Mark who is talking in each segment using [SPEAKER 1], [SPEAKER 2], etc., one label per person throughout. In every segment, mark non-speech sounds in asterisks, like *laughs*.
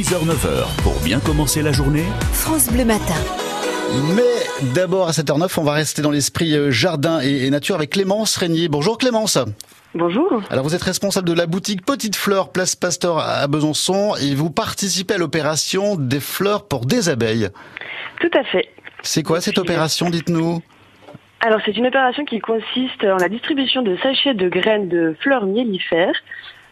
[SPEAKER 1] 6h-9h, pour bien commencer la journée,
[SPEAKER 2] France Bleu Matin.
[SPEAKER 3] Mais d'abord à 7h09, on va rester dans l'esprit euh, jardin et et nature avec Clémence Régnier. Bonjour Clémence.
[SPEAKER 4] Bonjour.
[SPEAKER 3] Alors vous êtes responsable de la boutique Petite Fleur, place Pasteur à Besançon et vous participez à l'opération des fleurs pour des abeilles.
[SPEAKER 4] Tout à fait.
[SPEAKER 3] C'est quoi cette opération, dites-nous
[SPEAKER 4] Alors c'est une opération qui consiste en la distribution de sachets de graines de fleurs mellifères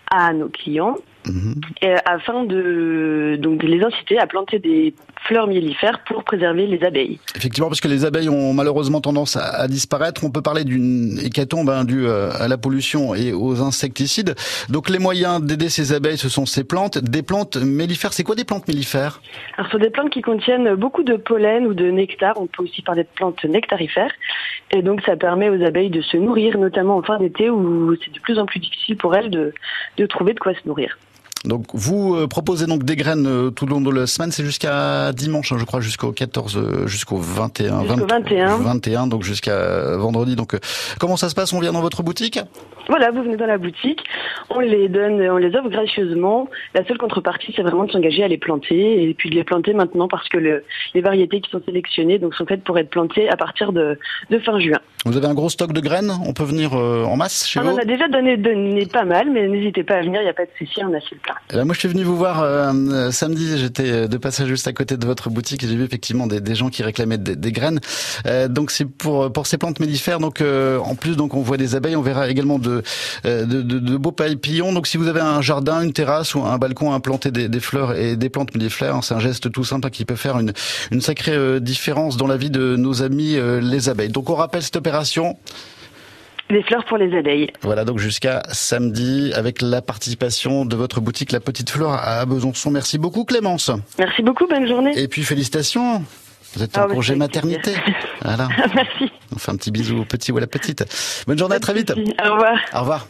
[SPEAKER 4] à nos clients
[SPEAKER 3] Mhm.
[SPEAKER 4] euh, afin de, donc, de les inciter à planter des fleurs mellifères pour préserver les abeilles.
[SPEAKER 3] Effectivement, parce que les abeilles ont malheureusement tendance à, à disparaître, on peut parler d'une hécatombe hein, due euh, à la pollution et aux insecticides. Donc les moyens d'aider ces abeilles, ce sont ces plantes, des plantes mellifères. C'est quoi des plantes mellifères
[SPEAKER 4] Alors ce sont des plantes qui contiennent beaucoup de pollen ou de nectar, on peut aussi parler de plantes nectarifères, et donc ça permet aux abeilles de se nourrir, notamment en fin d'été où c'est de plus en plus difficile pour elles de, de trouver de quoi se nourrir.
[SPEAKER 3] Donc vous euh, proposez donc des graines euh, tout au long de la semaine, c'est jusqu'à dimanche, hein, je crois, jusqu'au 14, euh, jusqu'au 21,
[SPEAKER 4] Jusqu'au
[SPEAKER 3] 20
[SPEAKER 4] 21.
[SPEAKER 3] 21, donc jusqu'à euh, vendredi. Donc euh, comment ça se passe On vient dans votre boutique
[SPEAKER 4] Voilà, vous venez dans la boutique, on les donne, on les offre gracieusement. La seule contrepartie, c'est vraiment de s'engager à les planter et puis de les planter maintenant parce que le- les variétés qui sont sélectionnées donc, sont faites pour être plantées à partir de, de fin juin.
[SPEAKER 3] Vous avez un gros stock de graines On peut venir euh, en masse chez
[SPEAKER 4] On
[SPEAKER 3] vous
[SPEAKER 4] en a déjà donné, donné pas mal, mais n'hésitez pas à venir, il n'y a pas de souci, on a fait le plein.
[SPEAKER 3] Eh ben, moi, je suis venu vous voir euh, euh, samedi. J'étais euh, de passage juste à côté de votre boutique et j'ai vu effectivement des, des gens qui réclamaient des, des graines. Euh, donc, c'est pour pour ces plantes mellifères. Donc, euh, en plus, donc on voit des abeilles. On verra également de euh, de, de, de beaux papillons. Donc, si vous avez un jardin, une terrasse ou un balcon à planter des, des fleurs et des plantes mellifères, hein, c'est un geste tout simple hein, qui peut faire une une sacrée euh, différence dans la vie de nos amis euh, les abeilles. Donc, on rappelle cette opération.
[SPEAKER 4] Des fleurs pour les abeilles.
[SPEAKER 3] Voilà donc jusqu'à samedi avec la participation de votre boutique La Petite Fleur à Besançon. Merci beaucoup Clémence.
[SPEAKER 4] Merci beaucoup, bonne journée.
[SPEAKER 3] Et puis félicitations. Vous êtes
[SPEAKER 4] Ah,
[SPEAKER 3] en
[SPEAKER 4] bah,
[SPEAKER 3] congé
[SPEAKER 4] c'est avec plaisir.
[SPEAKER 3] maternité. Voilà.
[SPEAKER 4] *laughs* Merci.
[SPEAKER 3] On fait un petit bisou au petit ou à la petite. Bonne journée, à très vite.
[SPEAKER 4] Au revoir.
[SPEAKER 3] Au revoir.